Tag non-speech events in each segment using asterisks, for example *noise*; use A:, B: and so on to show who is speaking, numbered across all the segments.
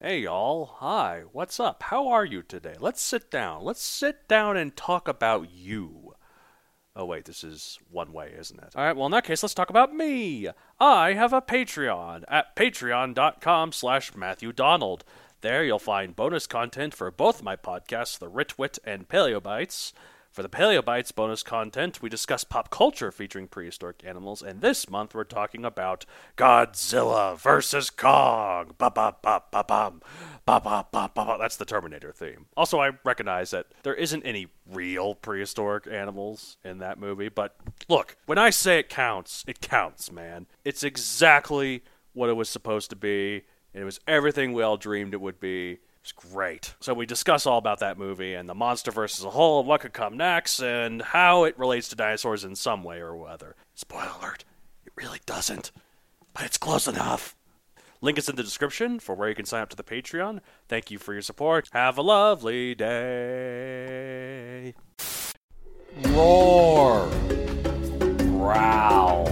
A: Hey y'all, hi, what's up? How are you today? Let's sit down. Let's sit down and talk about you. Oh, wait, this is one way, isn't it? All right, well, in that case, let's talk about me. I have a Patreon at patreon.com slash Matthew Donald. There you'll find bonus content for both my podcasts, The Ritwit and Paleobites. For the Paleobites bonus content, we discuss pop culture featuring prehistoric animals, and this month we're talking about Godzilla versus Kong. Ba ba ba ba bum. Ba ba ba ba ba. That's the Terminator theme. Also, I recognize that there isn't any real prehistoric animals in that movie, but look, when I say it counts, it counts, man. It's exactly what it was supposed to be, and it was everything we all dreamed it would be. It's great. So we discuss all about that movie and the MonsterVerse as a whole and what could come next and how it relates to dinosaurs in some way or other. Spoiler alert, it really doesn't, but it's close enough. Link is in the description for where you can sign up to the Patreon. Thank you for your support. Have a lovely day.
B: Roar. Growl.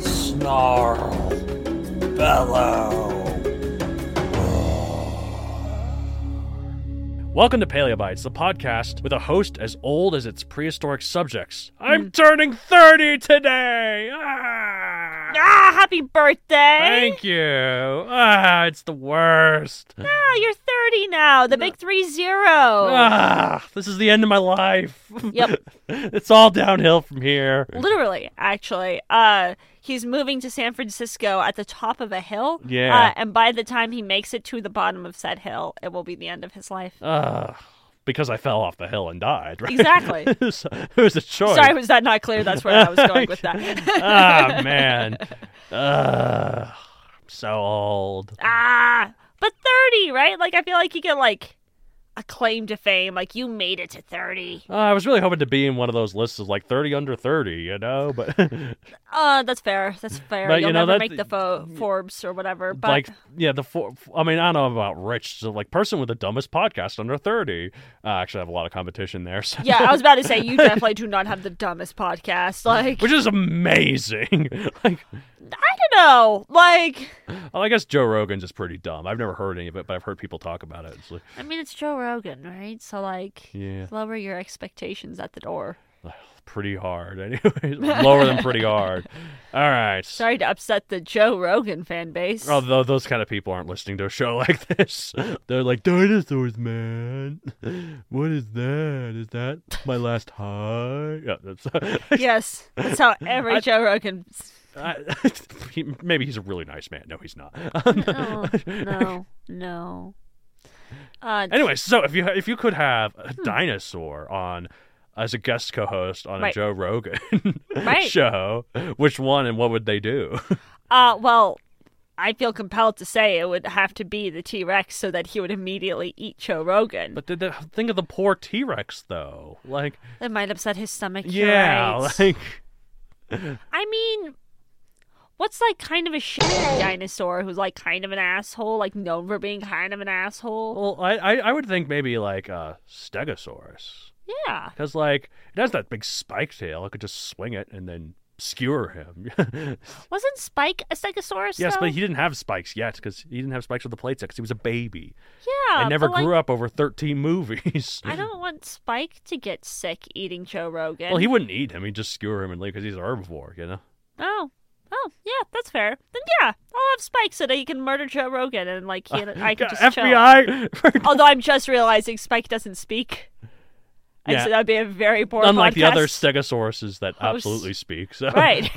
B: Snarl. Bellow.
A: Welcome to Paleobites, the podcast with a host as old as its prehistoric subjects. I'm turning 30 today! Ah!
C: Ah, happy birthday!
A: Thank you. Ah, it's the worst.
C: Ah, you're 30 now. The big three zero.
A: Ah, this is the end of my life.
C: Yep.
A: *laughs* it's all downhill from here.
C: Literally, actually. Uh, he's moving to San Francisco at the top of a hill.
A: Yeah.
C: Uh, and by the time he makes it to the bottom of said hill, it will be the end of his life.
A: Ah, because I fell off the hill and died, right?
C: Exactly.
A: *laughs* it, was, it was a choice.
C: Sorry, was that not clear? That's where I was going with that.
A: *laughs* ah, man. Ah, I'm so old.
C: *laughs* ah, but 30, right? Like, I feel like you get like a claim to fame. Like, you made it to 30.
A: Uh, I was really hoping to be in one of those lists of like 30 under 30, you know, but *laughs*
C: Uh, that's fair. That's fair.
A: But,
C: You'll
A: you know,
C: never
A: that-
C: make the fo- Forbes or whatever. But
A: like yeah, the four, I mean, I don't know about rich, so like person with the dumbest podcast under 30. Uh, actually, I have a lot of competition there. So.
C: yeah, I was about to say *laughs* you definitely do not have the dumbest podcast. Like,
A: Which is amazing. *laughs* like,
C: I don't know. Like,
A: well, I guess Joe Rogan's is pretty dumb. I've never heard any of it, but I've heard people talk about it. It's like,
C: I mean, it's Joe Rogan, right? So, like,
A: Yeah.
C: lower your expectations at the door.
A: pretty hard. *laughs* Anyways, lower than pretty hard. All right.
C: Sorry to upset the Joe Rogan fan
A: *laughs*
C: base.
A: Although those kind of people aren't listening to a show *laughs* like this, they're like dinosaurs, man. What is that? Is that my last high? Yeah, that's. *laughs*
C: yes, that's how every Joe Rogan.
A: I, *laughs* he, maybe he's a really nice man. No, he's not. *laughs* Um,
C: No, Oh, *laughs* no, no. Uh,
A: anyway, so if you if you could have a
C: Hmm.
A: dinosaur on as a guest co-host on a
C: Right.
A: Joe Rogan *laughs*
C: Right.
A: show, which one and what would they do? *laughs*
C: uh, well, I feel compelled to say it would have to be the T Rex so that he would immediately eat Joe Rogan.
A: But did they, think of the poor T Rex though. Like,
C: that might upset his stomach. you're
A: yeah,
C: right.
A: like
C: I mean, what's like kind of a shitty dinosaur who's like kind of an asshole, like known for being kind of an asshole?
A: well, I I, I would think maybe like uh, Stegosaurus
C: Yeah.
A: because like it has that big spike tail. I could just swing it and then skewer him. *laughs*
C: Wasn't Spike a stegosaurus?
A: yes,
C: though?
A: but he didn't have spikes yet because he didn't have spikes with the plates because he was a baby.
C: yeah,
A: I never
C: Oh, but, like,
A: grew up over 13 movies. *laughs*
C: I don't want Spike to get sick eating Joe Rogan.
A: Well, he wouldn't eat him. He'd just skewer him and leave because he's a herbivore, you know?
C: Oh. Oh, yeah, that's fair. Then yeah, I'll have Spike so that he can murder Joe Rogan and like he
A: Uh,
C: and I can just chill. *laughs*
A: FBI.
C: Although I'm just realizing Spike doesn't speak. And
A: Yeah.
C: so that'd be a very
A: *laughs*
C: boring
A: Unlike the other
C: podcast.
A: stegosauruses that
C: Host.
A: absolutely speak. *laughs* So.
C: Right.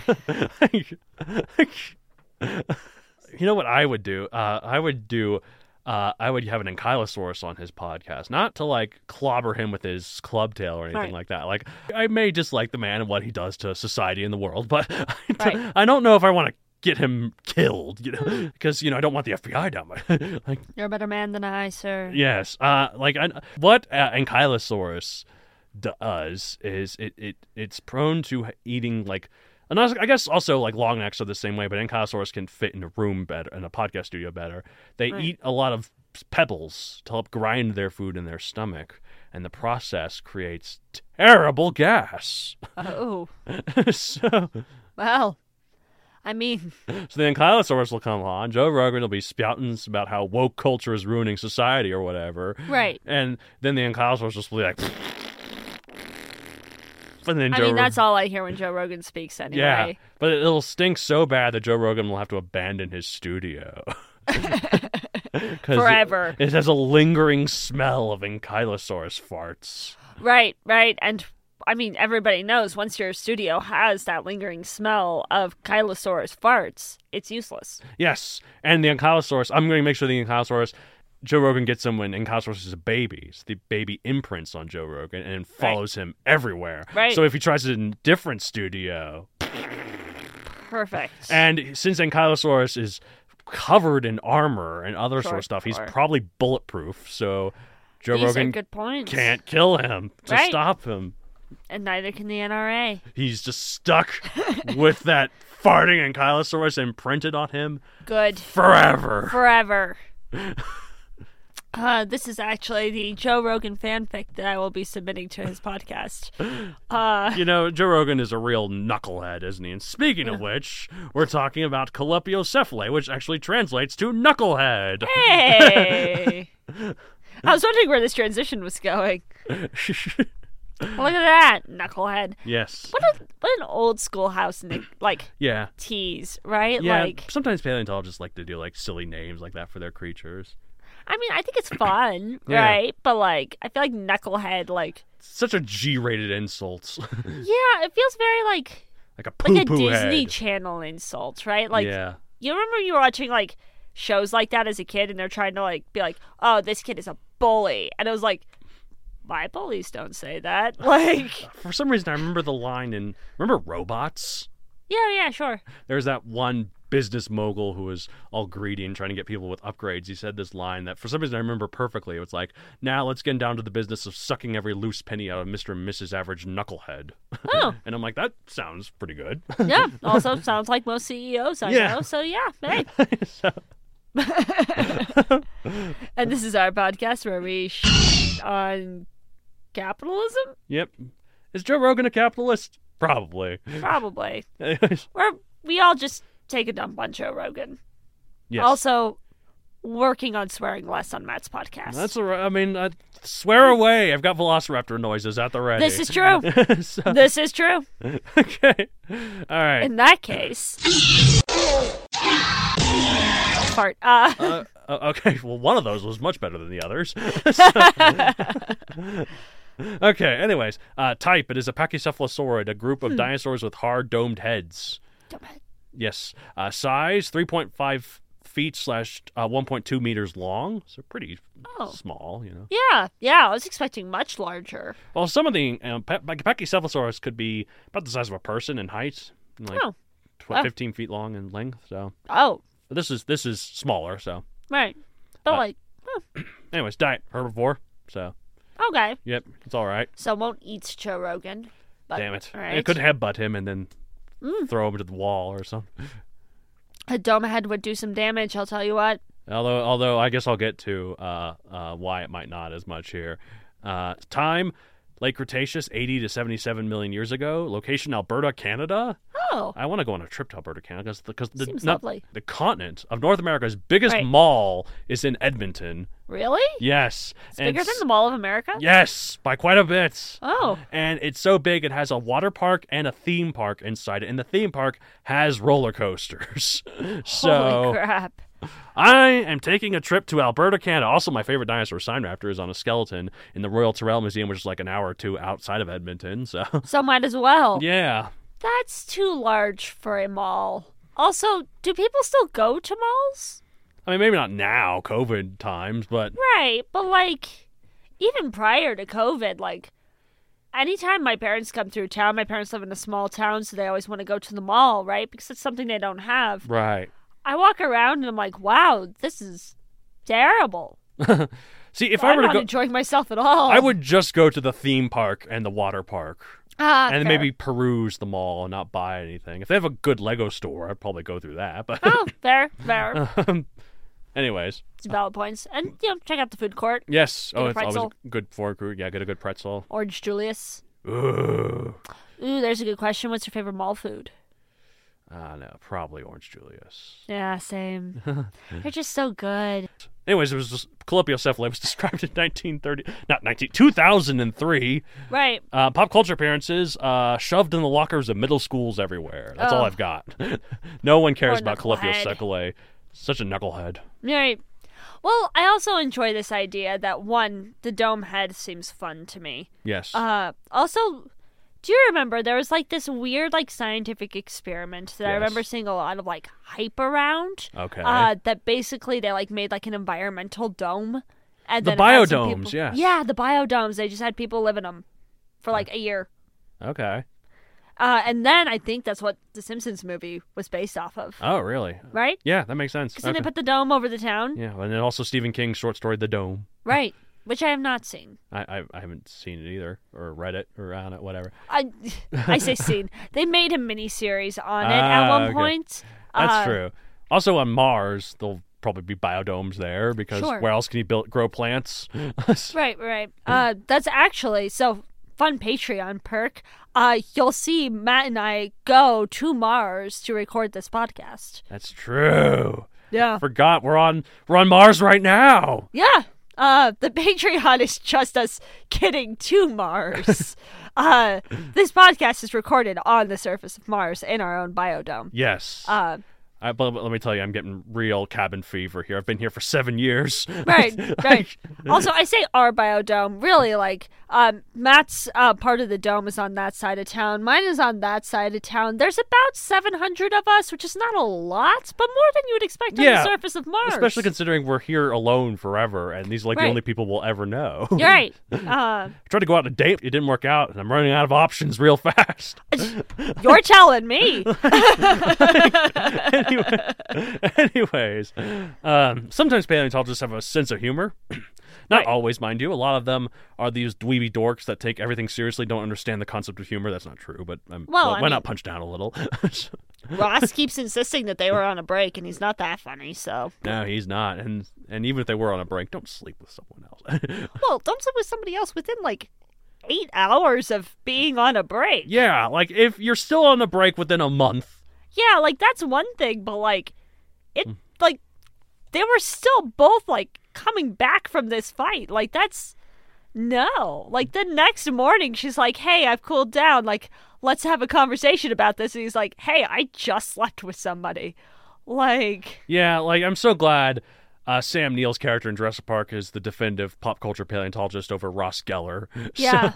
A: you know what I would do? Uh, I would do. Uh, I would have an ankylosaurus on his podcast, not to like clobber him with his club tail or anything
C: Right.
A: like that. Like, I may dislike the man and what he does to society and the world, but *laughs* I d-
C: Right.
A: I don't know if I want to get him killed, you know, because you know I don't want the FBI down my *laughs* like.
C: You're a better man than I, sir.
A: Yes. Uh, like I, what uh, ankylosaurus does is it, it it's prone to eating like, and also- I guess also like long necks are the same way, but ankylosaurus can fit in a room better, in a podcast studio better. They
C: Right.
A: eat a lot of pebbles to help grind their food in their stomach, and the process creates terrible gas. *laughs*
C: Oh,
A: so.
C: well. I mean,
A: So the ankylosaurus will come on. Joe Rogan will be spouting about how woke culture is ruining society or whatever.
C: Right.
A: And then the ankylosaurus just will be like. And then
C: I
A: Joe
C: mean that's
A: Rog-
C: all I hear when Joe Rogan speaks anyway.
A: Yeah. But it'll stink so bad that Joe Rogan will have to abandon his
C: *laughs*
A: studio. *laughs* 'Cause
C: Forever.
A: It, it has a lingering smell of ankylosaurus farts.
C: Right, right. And I mean, everybody knows once your studio has that lingering smell of Kylosaurus farts, it's useless.
A: Yes. And the ankylosaurus, I'm going to make sure the ankylosaurus, Joe Rogan gets him when ankylosaurus is a baby. So the baby imprints on Joe Rogan and follows him everywhere.
C: Right.
A: So if he tries it in a different studio,
C: Perfect.
A: and since ankylosaurus is covered in armor and other sort
C: Sure,
A: of stuff, he's
C: sure.
A: probably bulletproof. So Joe
C: These
A: Rogan
C: are good points.
A: can't kill him to
C: Right.
A: stop him.
C: And neither can the NRA.
A: He's just
C: *laughs*
A: stuck with that farting ankylosaurus imprinted on him
C: Good.
A: forever. *laughs*
C: Forever. Uh, this is actually the Joe Rogan fanfic that I will be submitting to
A: *laughs*
C: his podcast. Uh,
A: You know, Joe Rogan is a real knucklehead, isn't he? And speaking of which, we're talking about colopiocephaly, which actually translates to
C: *laughs*
A: knucklehead. *laughs*
C: hey! I was wondering where this transition was going. Look at that, knucklehead.
A: yes.
C: What a what an old school
A: *clears throat*
C: house nick like
A: Yeah.
C: tease, right?
A: Yeah.
C: Like
A: sometimes paleontologists like to do like silly names like that for their creatures.
C: I mean, I think it's fun,
A: *clears throat* Yeah.
C: right? But like I feel like knucklehead like
A: Such a G-rated insult, *laughs*
C: yeah, it feels very like
A: like a poo-poo
C: like a Disney
A: head.
C: Channel insult, right? Like
A: yeah.
C: you remember you were watching like shows like that as a kid and they're trying to like be like, "Oh, this kid is a bully." And it was like my bullies don't say that. *laughs* Like,
A: For some reason, I remember the line in remember robots.
C: yeah, yeah, sure.
A: there's that one business mogul who was all greedy and trying to get people with upgrades. He said this line that for some reason I remember perfectly. It was like, now let's get down to the business of sucking every loose penny out of Mr. and Mrs. Average Knucklehead.
C: Oh.
A: and I'm like, that sounds pretty good. *laughs*
C: Yeah. Also sounds like most CEOs I
A: Yeah.
C: know. So yeah, hey.
A: so,
C: And this is our podcast where we sh- on capitalism,
A: yep. Is Joe Rogan a capitalist? Probably. *laughs*
C: probably.
A: Anyways,
C: Where we all just take a dump on Joe Rogan.
A: yes.
C: Also, working on swearing less on Matt's podcast.
A: that's all right. I mean, I swear away. I've got velociraptor noises at the ready.
C: This is true.
A: *laughs* So-
C: this is true.
A: okay. All right.
C: In that case, part. Uh, *laughs*
A: uh, uh, okay, *laughs* well, one of those was much better than the others. *laughs* okay, anyways, uh, type it is a pachycephalosaurid, a group of
C: Hmm.
A: dinosaurs with hard domed heads. Yes, uh, size three point five feet slash uh, one point two meters long, so pretty
C: Oh.
A: small, you know.
C: yeah, yeah. I was expecting much larger.
A: Well, some of the um, pa- pa- pachycephalosaurus could be about the size of a person in height, and like
C: Oh.
A: tw-
C: Wow.
A: fifteen feet long in length. So
C: Oh,
A: but this is this is smaller. So,
C: right. But
A: Uh,
C: like,
A: anyways, diet herbivore. So
C: okay.
A: yep, it's all right.
C: So won't eat Joe Rogan. But,
A: Damn it.
C: all
A: I
C: right.
A: could headbutt him and then
C: Mm.
A: throw him to the wall or something.
C: A dome head would do some damage. I'll tell you what.
A: Although, although I guess I'll get to uh, uh, why it might not as much here. Uh, time, Late Cretaceous, 80 to 77 million years ago. Location, Alberta, Canada.
C: Oh,
A: I want to go on a trip to Alberta, Canada, because the, 'cause the,
C: Seems
A: not-
C: lovely.
A: the continent of North America's biggest
C: Right.
A: mall is in Edmonton.
C: Really?
A: Yes.
C: It's
A: and
C: bigger than
A: s-
C: the Mall of America?
A: Yes, by quite a bit. *laughs*
C: Oh.
A: And it's so big, it has a water park and a theme park inside it. And the theme park has roller coasters. *laughs* so
C: Holy crap.
A: I am taking a trip to Alberta, Canada. Also, my favorite dinosaur, Signraptor, is on a skeleton in the Royal Terrell Museum, which is like an hour or two outside of Edmonton. So, *laughs*
C: So might as well.
A: yeah.
C: That's too large for a mall. Also, do people still go to malls?
A: I mean, maybe not now, COVID times, but
C: Right, but like, even prior to COVID, like, anytime my parents come through town, my parents live in a small town, so they always want to go to the mall, right? Because it's something they don't have.
A: right.
C: I walk around and I'm like, wow, this is terrible.
A: See, if I
C: I'm
A: were to
C: not
A: go,
C: enjoying myself at all.
A: I would just go to the theme park and the water park,
C: Ah,
A: and then
C: fair.
A: maybe peruse the mall and not buy anything. If they have a good Lego store, I'd probably go through that. But,
C: Oh, fair,
A: Uh,
C: fair.
A: *laughs* anyways,
C: it's valid points. And, you know, check out the food court.
A: yes.
C: a
A: oh, it's always
C: pretzel.
A: a good for group. Yeah, get a good pretzel.
C: Orange Julius.
A: Ooh.
C: Ooh, there's a good question. What's your favorite mall food?
A: Ah, no, probably Orange Julius.
C: Yeah, same. They're just so good.
A: Anyways, it was just, colopiocephaly was *laughs* described in 1930, not 19, 2003.
C: Right.
A: Uh, pop culture appearances uh, shoved in the lockers of middle schools everywhere. That's all
C: Oh.
A: I've got. *laughs* no one cares
C: Poor
A: about
C: knucklehead.
A: colopiocephaly. Such a knucklehead.
C: Right. Well, I also enjoy this idea that one, the dome head seems fun to me.
A: Yes.
C: Uh, also, do you remember there was like this weird like scientific experiment that I
A: Yes.
C: remember seeing a lot of like hype around?
A: Okay.
C: Uh, that basically they like made like an environmental dome, and
A: The
C: then it had some
A: biodomes,
C: people-
A: yes.
C: Yeah, the biodomes. They just had people live in them for like a year.
A: okay.
C: Uh, and then I think that's what the Simpsons movie was based off of,
A: Oh, really?
C: right?
A: Yeah, that makes sense.
C: Because then they
A: Okay.
C: put the dome over the town,
A: Yeah, and then also Stephen King's short story "The Dome."
C: right? Which I have not seen.
A: I, I I haven't seen it either, or read it, or on it, whatever.
C: I *laughs*
A: *laughs*
C: I say seen. They made a miniseries on it
A: Ah,
C: at one
A: okay.
C: point.
A: That's
C: Uh,
A: true. Also on Mars, there'll probably be biodomes there because
C: Sure.
A: where else can you build grow plants? *laughs*
C: Right, right. Uh, that's actually so fun Patreon perk. Uh, you'll see Matt and I go to Mars to record this podcast.
A: That's true.
C: Yeah,
A: Forgot we're on we're on Mars right now.
C: yeah. Uh, the *laughs* Patreon is just us getting to Mars. uh, this podcast is recorded on the surface of Mars in our own biodome.
A: Yes.
C: Uh,
A: I, but, but let me tell you, I'm getting real cabin fever here. I've been here for seven years.
C: *laughs*
A: *laughs*
C: right, right. Also, I say our biodome. Really, like um, Matt's uh, part of the dome is on that side of town. Mine is on that side of town. There's about 700 of us, which is not a lot, but more than you would expect on
A: Yeah,
C: the surface of
A: *laughs*
C: Mars.
A: Especially considering we're here alone forever, and these are like the
C: Right.
A: only people we'll ever know.
C: You're right. Uh,
A: I *laughs* tried to go out on a date, it didn't work out, and I'm running out of options real *laughs* fast.
C: you're
A: *laughs*
C: telling me.
A: anyway, anyways, um, sometimes paleontologists have a sense of humor. *clears throat* Not always, mind you. A lot of them are these dweeby dorks that take everything seriously, don't understand the concept of humor. That's not true, but um,
C: Well,
A: why
C: I
A: why
C: mean-
A: not punch down a little? *laughs*
C: Ross keeps insisting that they were on a break, and he's not that funny. So,
A: no, he's not. And and even if they were on a break, don't sleep with someone else. *laughs*
C: well, don't sit with somebody else within like eight hours of being on a break.
A: yeah, like if you're still on a break within a month,
C: Yeah, like that's one thing, but like it
A: Hmm.
C: like they were still both like coming back from this fight. Like that's no. Like the next morning she's like, "Hey, I've cooled down. Like let's have a conversation about this." And he's like, "Hey, I just slept with somebody." Like
A: Yeah, like I'm so glad uh, Sam Neill's character in Jurassic Park is the definitive pop culture paleontologist over Ross Geller. *laughs* So-
C: Yeah.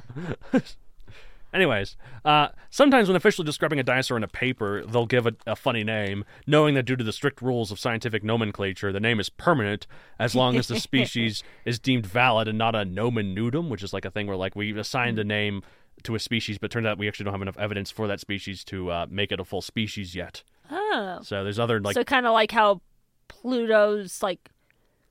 A: anyways, uh, sometimes when officially describing a dinosaur in a paper, they'll give a, a funny name, knowing that due to the strict rules of scientific nomenclature, the name is permanent as long
C: *laughs*
A: as the species is deemed valid and not a nomen nudum, which is like a thing where like we assigned a name to a species, but turns out we actually don't have enough evidence for that species to uh, make it a full species yet.
C: oh.
A: So there's other like
C: so kind of like how Pluto's like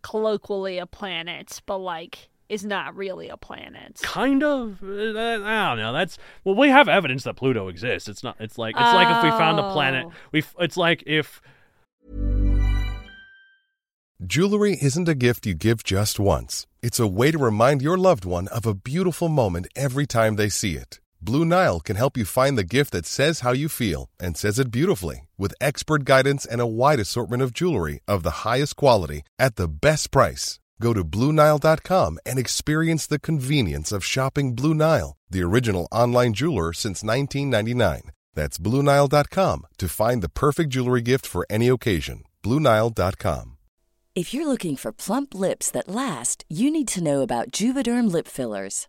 C: colloquially a planet, but like is not really a planet.
A: kind of uh, i don't know that's well we have evidence that pluto exists it's not it's like it's like if we found a planet
C: Oh.
A: we f- it's like if
D: Jewelry isn't a gift you give just once. It's a way to remind your loved one of a beautiful moment every time they see it. Blue Nile can help you find the gift that says how you feel and says it beautifully with expert guidance and a wide assortment of jewelry of the highest quality at the best price. Go to BlueNile.com and experience the convenience of shopping Blue Nile, the original online jeweler since 1999. That's BlueNile.com to find the perfect jewelry gift for any occasion. BlueNile.com.
E: If you're looking for plump lips that last, you need to know about Juvederm lip fillers.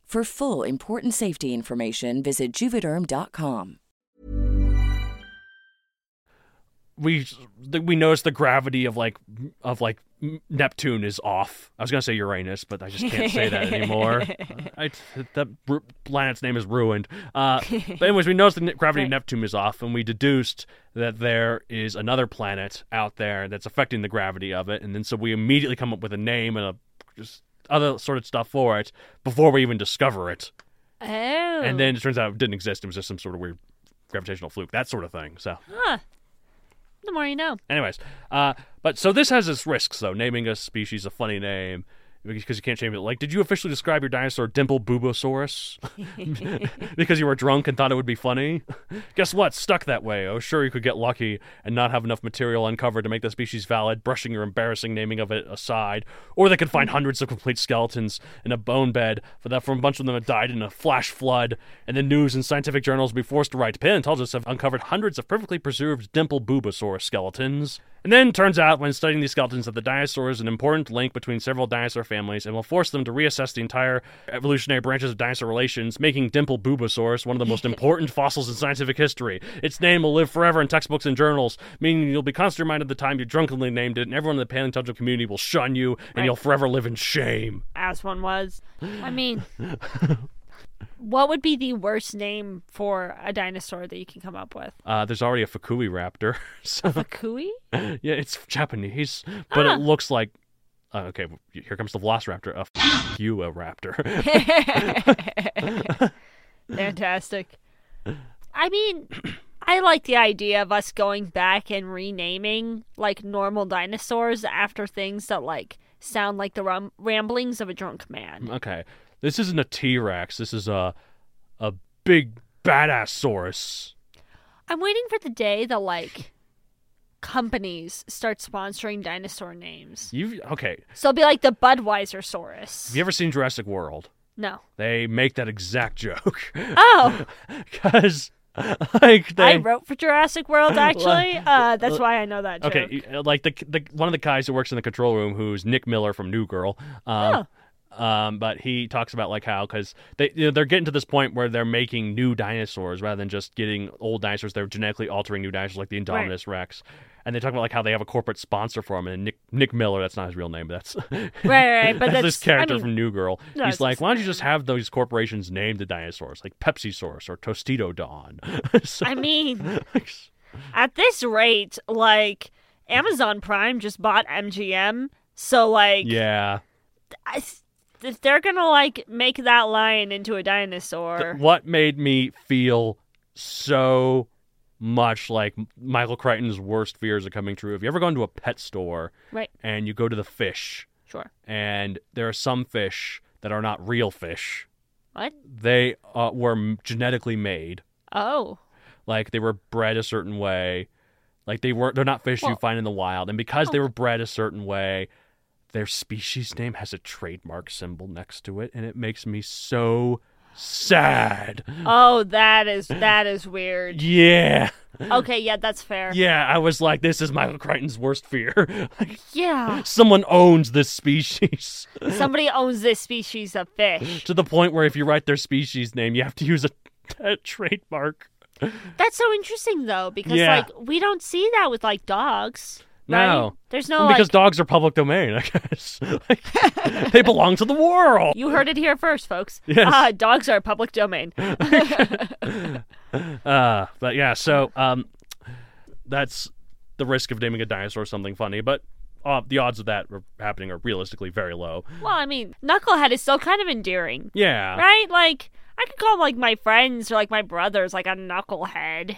E: For full important safety information, visit juvederm.com.
A: we th- we notice the gravity of like of like Neptune is off. I was gonna say Uranus, but I just can't say that anymore. I, that ru- planet's name is ruined. Uh, but anyways, we notice the ne- gravity of Neptune is off, and we deduced that there is another planet out there that's affecting the gravity of it, and then so we immediately come up with a name and a just other sort of stuff for it before we even discover it.
C: Oh.
A: And then it turns out it didn't exist. It was just some sort of weird gravitational fluke, that sort of thing. So.
C: Huh. The more you know.
A: Anyways, uh, but so this has its risks though. Naming a species a funny name because you can't change it. Like, did you officially describe your dinosaur Dimple Bubosaurus *laughs* because you were drunk and thought it would be funny? *laughs* Guess what? Stuck that way. Oh, sure, you could get lucky and not have enough material uncovered to make the species valid, brushing your embarrassing naming of it aside. Or they could find hundreds of complete skeletons in a bone bed for that from a bunch of them had died in a flash flood, and the news and scientific journals would be forced to write. Paleontologists have uncovered hundreds of perfectly preserved Dimple Bubosaurus skeletons. And then turns out when studying these skeletons that the dinosaur is an important link between several dinosaur families and will force them to reassess the entire evolutionary branches of dinosaur relations, making Dimple Bubosaurus one of the most important fossils in scientific history. Its name will live forever in textbooks and journals, meaning you'll be constantly reminded of the time you drunkenly named it, and everyone in the paleontological community will shun you, and
C: Right.
A: you'll forever live in shame.
C: As one was. I mean, what would be the worst name for a dinosaur that you can come up with?
A: Uh, there's already a Fukui raptor, *laughs* so
C: A kui?
A: *laughs* yeah, it's Japanese, but it looks like. Uh, okay, here comes the Velociraptor. A f- you a raptor. *laughs*
C: Fantastic. I mean, I like the idea of us going back and renaming like normal dinosaurs after things that like sound like the rum- ramblings of a drunk man.
A: Mm, Okay. This isn't a T Rex. This is a a big badass saurus.
C: I'm waiting for the day that like companies start sponsoring dinosaur names.
A: You okay?
C: So it'll be like the Budweiser Saurus.
A: Have you ever seen Jurassic World?
C: No.
A: They make that exact *laughs* joke
C: Oh,
A: because *laughs* like *laughs* they
C: I wrote for
A: *laughs*
C: Jurassic World actually. Uh, that's why I know that joke.
A: okay you- like the the one of the guys who works in the control room who's Nick Miller from New Girl. Um, Um, but he talks about like how because they you know, they're getting to this point where they're making new dinosaurs rather than just getting old dinosaurs. They're genetically altering new dinosaurs like the Indominus Rex, and they talk about like how they have a corporate sponsor for them. And Nick Nick Miller, that's not his real name, but that's *laughs*
C: Right, right, right, but
A: that's,
C: that's,
A: this character
C: I mean,
A: from New Girl.
C: No,
A: He's
C: it's
A: like,
C: just-
A: why don't you just have those corporations name the dinosaurs like Pepsi Source or Tostito Don? *laughs* So-
C: I mean, at this rate, like Amazon Prime just bought MGM, so like,
A: yeah.
C: I s- if they're gonna like make that lion into a dinosaur,
A: Th- what made me feel so much like Michael Crichton's worst fears are coming true? Have you ever gone to a pet store
C: right?
A: and you go to the fish
C: Sure.
A: and there are some fish that are not real fish?
C: What?
A: They uh, were m- genetically made.
C: Oh,
A: like they were bred a certain way like they weren't they're not fish you
C: Well- Oh.
A: find in the wild and because they were bred a certain way their species name has a trademark symbol next to it and it makes me so sad.
C: Oh, that is that is
A: *laughs*
C: weird.
A: Yeah.
C: Okay, yeah, that's fair.
A: Yeah, I was like, this is Michael Crichton's worst fear. *laughs* Like,
C: Yeah.
A: Someone owns this species *laughs*
C: Somebody owns this species of fish.
A: to the point where if you write their species name, you have to use a, a trademark.
C: That's so interesting though, because
A: Yeah.
C: like we don't see that with like dogs. Right?
A: No.
C: There's no
A: Well, because
C: like
A: dogs are public domain, *laughs* I guess. Like,
C: *laughs*
A: they belong to the world.
C: you heard it here first, folks.
A: *laughs* Yes.
C: Uh, dogs are
A: *laughs*
C: public domain.
A: Uh, but yeah, so um, that's the risk of naming a dinosaur something funny, but uh, the odds of that r- happening are realistically very low.
C: Well, I mean, knucklehead is still kind of endearing,
A: Yeah.
C: right? Like I could call like my friends or like my brothers like
A: *laughs*
C: a knucklehead,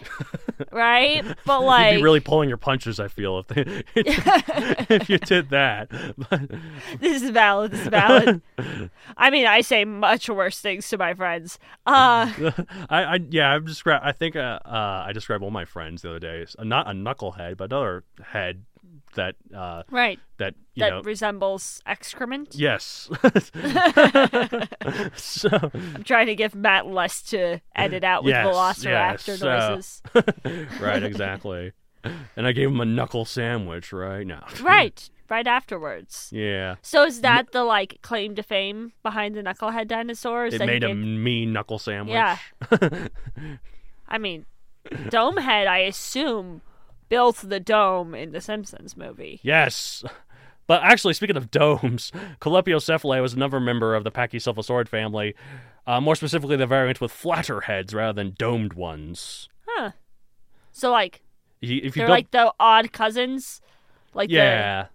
C: right? But like
A: You'd be really pulling your punches, I feel, if they, *laughs* if you did that. *laughs* But,
C: *laughs* This is valid. This
A: *laughs*
C: is valid. I mean, I say much worse things to my friends.
A: Mm.
C: Uh,
A: *laughs* I, I yeah, I've described. I think uh, uh, I described one of my friends the other day. s- Not a knucklehead, but another head that uh,
C: right.
A: that you
C: That
A: know.
C: resembles excrement. *laughs*
A: yes. *laughs* so
C: I'm trying to give Matt less to edit out with
A: Yes,
C: velociraptor
A: yes, uh,
C: noises.
A: right, exactly. And I gave him a knuckle sandwich. Right now.
C: right. Right afterwards.
A: Yeah.
C: So is that the like claim to fame behind the knucklehead dinosaurs?
A: It
C: that he
A: made a
C: did?
A: mean knuckle sandwich.
C: Yeah. I mean, Domehead, I assume, built the dome in the Simpsons movie.
A: Yes. But actually, speaking of domes, Colepiocephalae was another member of the Pachycephalosaurid family, uh, more specifically the variant with flatter heads rather than domed ones.
C: Huh. So like
A: If you, if you
C: they're
A: build-
C: like the odd cousins. Like the-
A: yeah.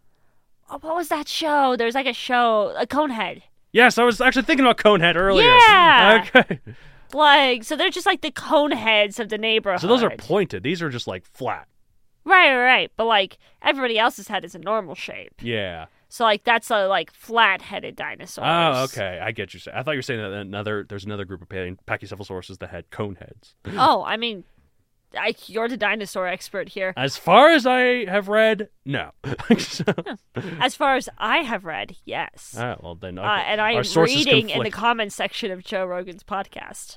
C: Oh, what was that show? There's like a show, a Conehead.
A: Yes, I was actually thinking about Conehead earlier.
C: Yeah. *laughs*
A: Okay.
C: Like, so they're just like the Coneheads of the neighborhood.
A: So those are pointed. These are just like flat.
C: right, right, right. But like everybody else's head is a normal shape.
A: Yeah.
C: So like that's a like flat-headed dinosaur.
A: Oh, okay. I get you. I thought you were saying that another there's another group of pa- pachycephalosauruses that had cone heads.
C: oh, I mean, I, you're the dinosaur
A: *laughs*
C: expert here.
A: As far as I have read, no. *laughs* So-
C: As far as I have read, yes.
A: Ah, well then.
C: Uh,
A: okay.
C: and I
A: Our
C: am
A: sources
C: reading in the
A: conflict.
C: comments section of Joe Rogan's podcast.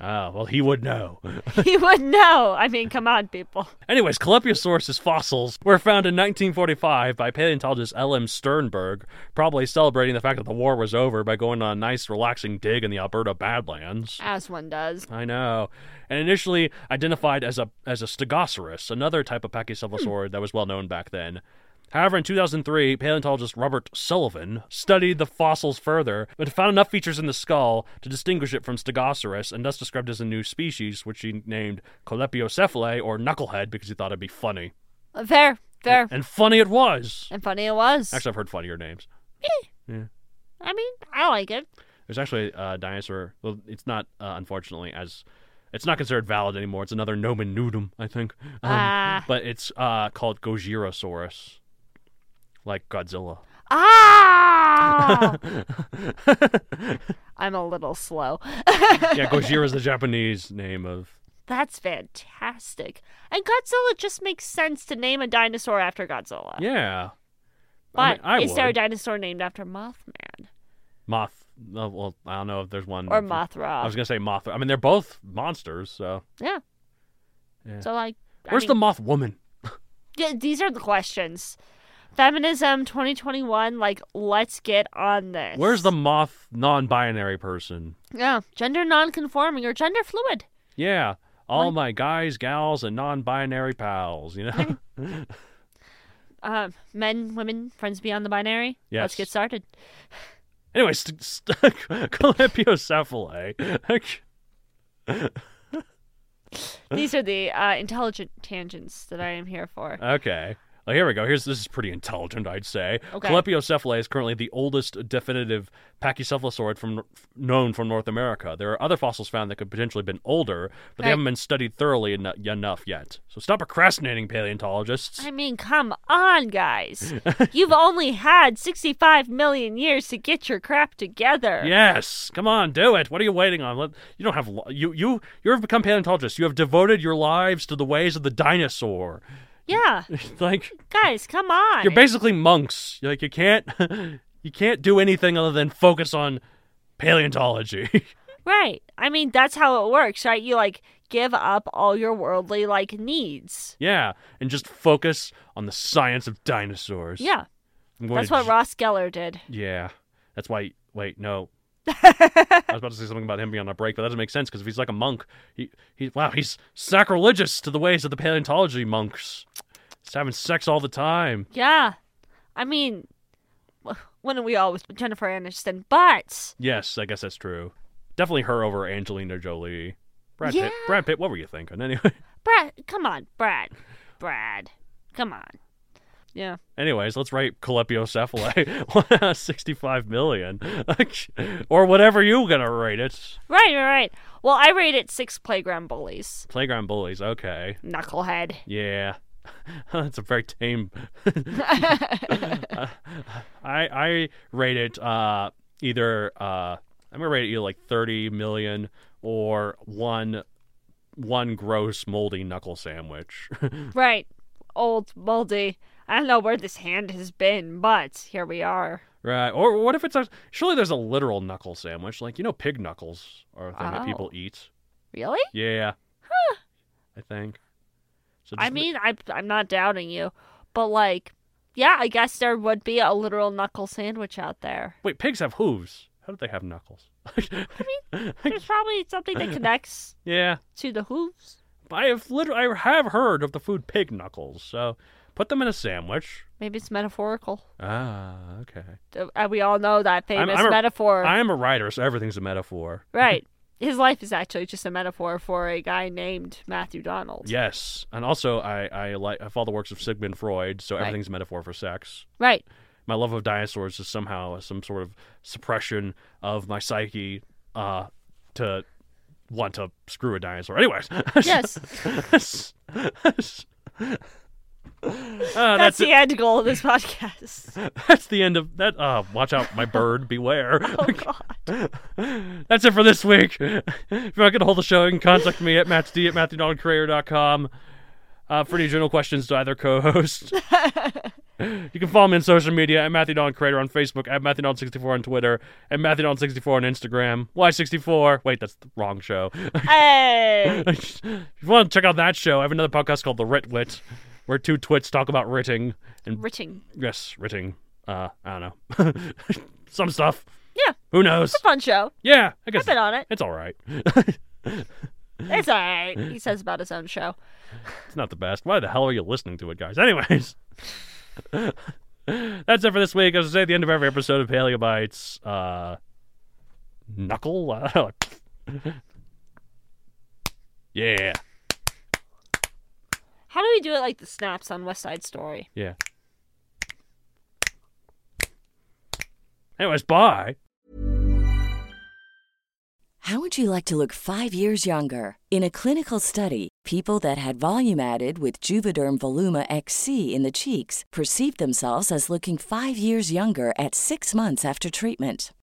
A: *laughs* Ah, well, he would know.
C: he would know. I mean, come on, people.
A: Anyways, Colepiosaurus's fossils were found in 1945 by paleontologist L.M. Sternberg, probably celebrating the fact that the war was over by going on a nice, relaxing dig in the Alberta Badlands.
C: As one does.
A: I know. And initially identified as a as a stegosaurus, another type of pachycephalosaurid that was well known back then. However, in 2003, paleontologist Robert Sullivan studied the fossils further, but found enough features in the skull to distinguish it from Stegosaurus, and thus described as a new species, which he named Colepiocephalae or Knucklehead because he thought it'd be funny.
C: Uh, Fair, fair.
A: And funny it was.
C: And funny it was.
A: Actually, I've heard funnier names.
C: I mean, I like it.
A: There's actually a dinosaur. Well, it's not uh, unfortunately as it's not considered valid anymore. It's another nomen nudum, I think. Um,
C: Ah.
A: But it's uh, called Gojirasaurus, like
C: *laughs*
A: Godzilla.
C: Ah! I'm a little slow. *laughs*
A: Yeah, Gojira is the Japanese name of.
C: That's fantastic. And Godzilla just makes sense to name a dinosaur after Godzilla.
A: Yeah, I
C: But
A: mean, I
C: is there a
A: would. Mm-hmm.
C: dinosaur named after Mothman
A: moth. Uh, well, I don't know if there's one.
C: or Mothra?
A: I was gonna say moth. I mean, they're both monsters. So
C: yeah.
A: Yeah.
C: So like,
A: where's the moth woman?
C: the? these are the questions. Feminism 2021. Like, let's get on this.
A: Where's the moth non-binary person?
C: yeah gender non-conforming or gender fluid?
A: Yeah, all my guys, gals, and non-binary pals. You know.
C: Um, men, women, friends beyond the binary. Let's
A: Yes.
C: get started.
A: *laughs* Anyway, st- st- *laughs* Colepiocephalae.
C: These are the uh, intelligent tangents that I am here for.
A: *laughs* okay. Well, here we go. Here's this is pretty intelligent, I'd say.
C: Okay.
A: Colepiocephalae is currently the oldest definitive pachycephalosaurid from known from North America. There are other fossils found that could potentially have been older, but
C: Right.
A: they haven't been studied thoroughly en- enough yet. So stop procrastinating, paleontologists.
C: I mean, come on, guys. You've only had 65 million years to get your crap together.
A: Yes, come on, do it. What are you waiting on? Let- you don't have lo- you you you have become paleontologists. You have devoted your lives to the ways of the dinosaur.
C: *laughs* Yeah.
A: like
C: Guys, come on.
A: You're basically monks. You're *laughs* like you can't you can't do anything other than focus on paleontology. *laughs*
C: Right. I mean, that's how it works, right? You like give up all your worldly like needs.
A: Yeah, and just focus on the science of dinosaurs.
C: Yeah.
A: I'm going
C: That's
A: to
C: what
A: j-
C: Ross Geller did.
A: Yeah, that's why. Wait, no. I was about to say something about him being on a break, but that doesn't make sense because if he's like a monk, he he wow, he's sacrilegious to the ways of the paleontology monks. He's having sex all the time.
C: Yeah. I mean, w- wouldn't we all with Jennifer Aniston? But
A: Yes, I guess that's true. Definitely her over Angelina Jolie. Brad
C: Yeah.
A: Pitt. Brad Pitt. What were you thinking anyway? *laughs*
C: Brad, come on, Brad. Brad, come on. Yeah.
A: Anyways, let's write Colepiocephalae *laughs* one out of 65 million. *laughs* or whatever you're going to rate it.
C: Right, right, right. Well, I rate it six playground bullies.
A: Playground Bullies, okay.
C: Knucklehead.
A: Yeah. *laughs* That's a very
C: *laughs*
A: tame. *laughs* I I rate it uh, either uh, I'm gonna rate it either like 30 million or one one gross moldy knuckle sandwich. *laughs*
C: Right. Old, moldy. I don't know where this hand has been, but here we are.
A: Right. Or what if it's a surely there's a literal knuckle sandwich? Like you know, pig knuckles are a thing that people
C: Oh.
A: eat.
C: Really?
A: Yeah. I think. So
C: I
A: just-
C: mean, I, I'm not doubting you, but like, yeah, I guess there would be a literal knuckle sandwich
A: *laughs*
C: out there.
A: wait, pigs have hooves. How do they have knuckles? *laughs*
C: There's probably something that connects
A: yeah.
C: to the hooves.
A: I have literally I have heard of the food pig knuckles. So put them in a sandwich.
C: Maybe it's metaphorical.
A: Ah, okay.
C: Uh, We all know that
A: I'm-
C: famous
A: I'm a-
C: metaphor.
A: I am a writer, so everything's a metaphor.
C: Right. His life is actually just a metaphor for a guy named Matthew Donald.
A: Yes, and also I I like I follow the works of Sigmund Freud, so everything's a metaphor for sex. *laughs*
C: Right.
A: my love of dinosaurs is somehow some sort of suppression of my psyche uh, to want to screw a dinosaur. Anyways, *laughs*
C: Yes.
A: Uh, that's,
C: That's
A: it.
C: the end goal of this
A: *laughs*
C: podcast.
A: That's the end of that. Uh, watch out, my bird, beware. *laughs* That's it for this week. If you're not going to hold the show, you can contact me at mattsd at matthewdonaldcareer.com uh, for any general questions to either co host. you can follow me on social media at Matthew Donald Creator on Facebook, at Matthew Donald 64 on Twitter, at Matthew Donald 64 on Instagram. Y64. Wait, that's the wrong show. *laughs*
C: hey.
A: if you want to check out that show, I have another podcast called The Writ Wit, where two twits talk about writing and
C: Riching.
A: Yes, writing. Uh, I don't know. *laughs* Some stuff.
C: Yeah.
A: Who knows?
C: Fun show.
A: Yeah, I guess
C: I've been on it.
A: *laughs* it's all right.
C: It's all right. He says about his own show.
A: it's not the best. Why the hell are you listening to it, guys? Anyways, *laughs* that's it for this week. As I say, at the end of every episode of Paleobites, uh, knuckle. *laughs* I don't know. yeah,
C: How do we do it like the snaps on West Side Story?
A: yeah. Anyways, bye.
E: How would you like to look five years younger? In a clinical study, people that had volume added with Juvederm Voluma XC in the cheeks perceived themselves as looking five years younger at six months after treatment.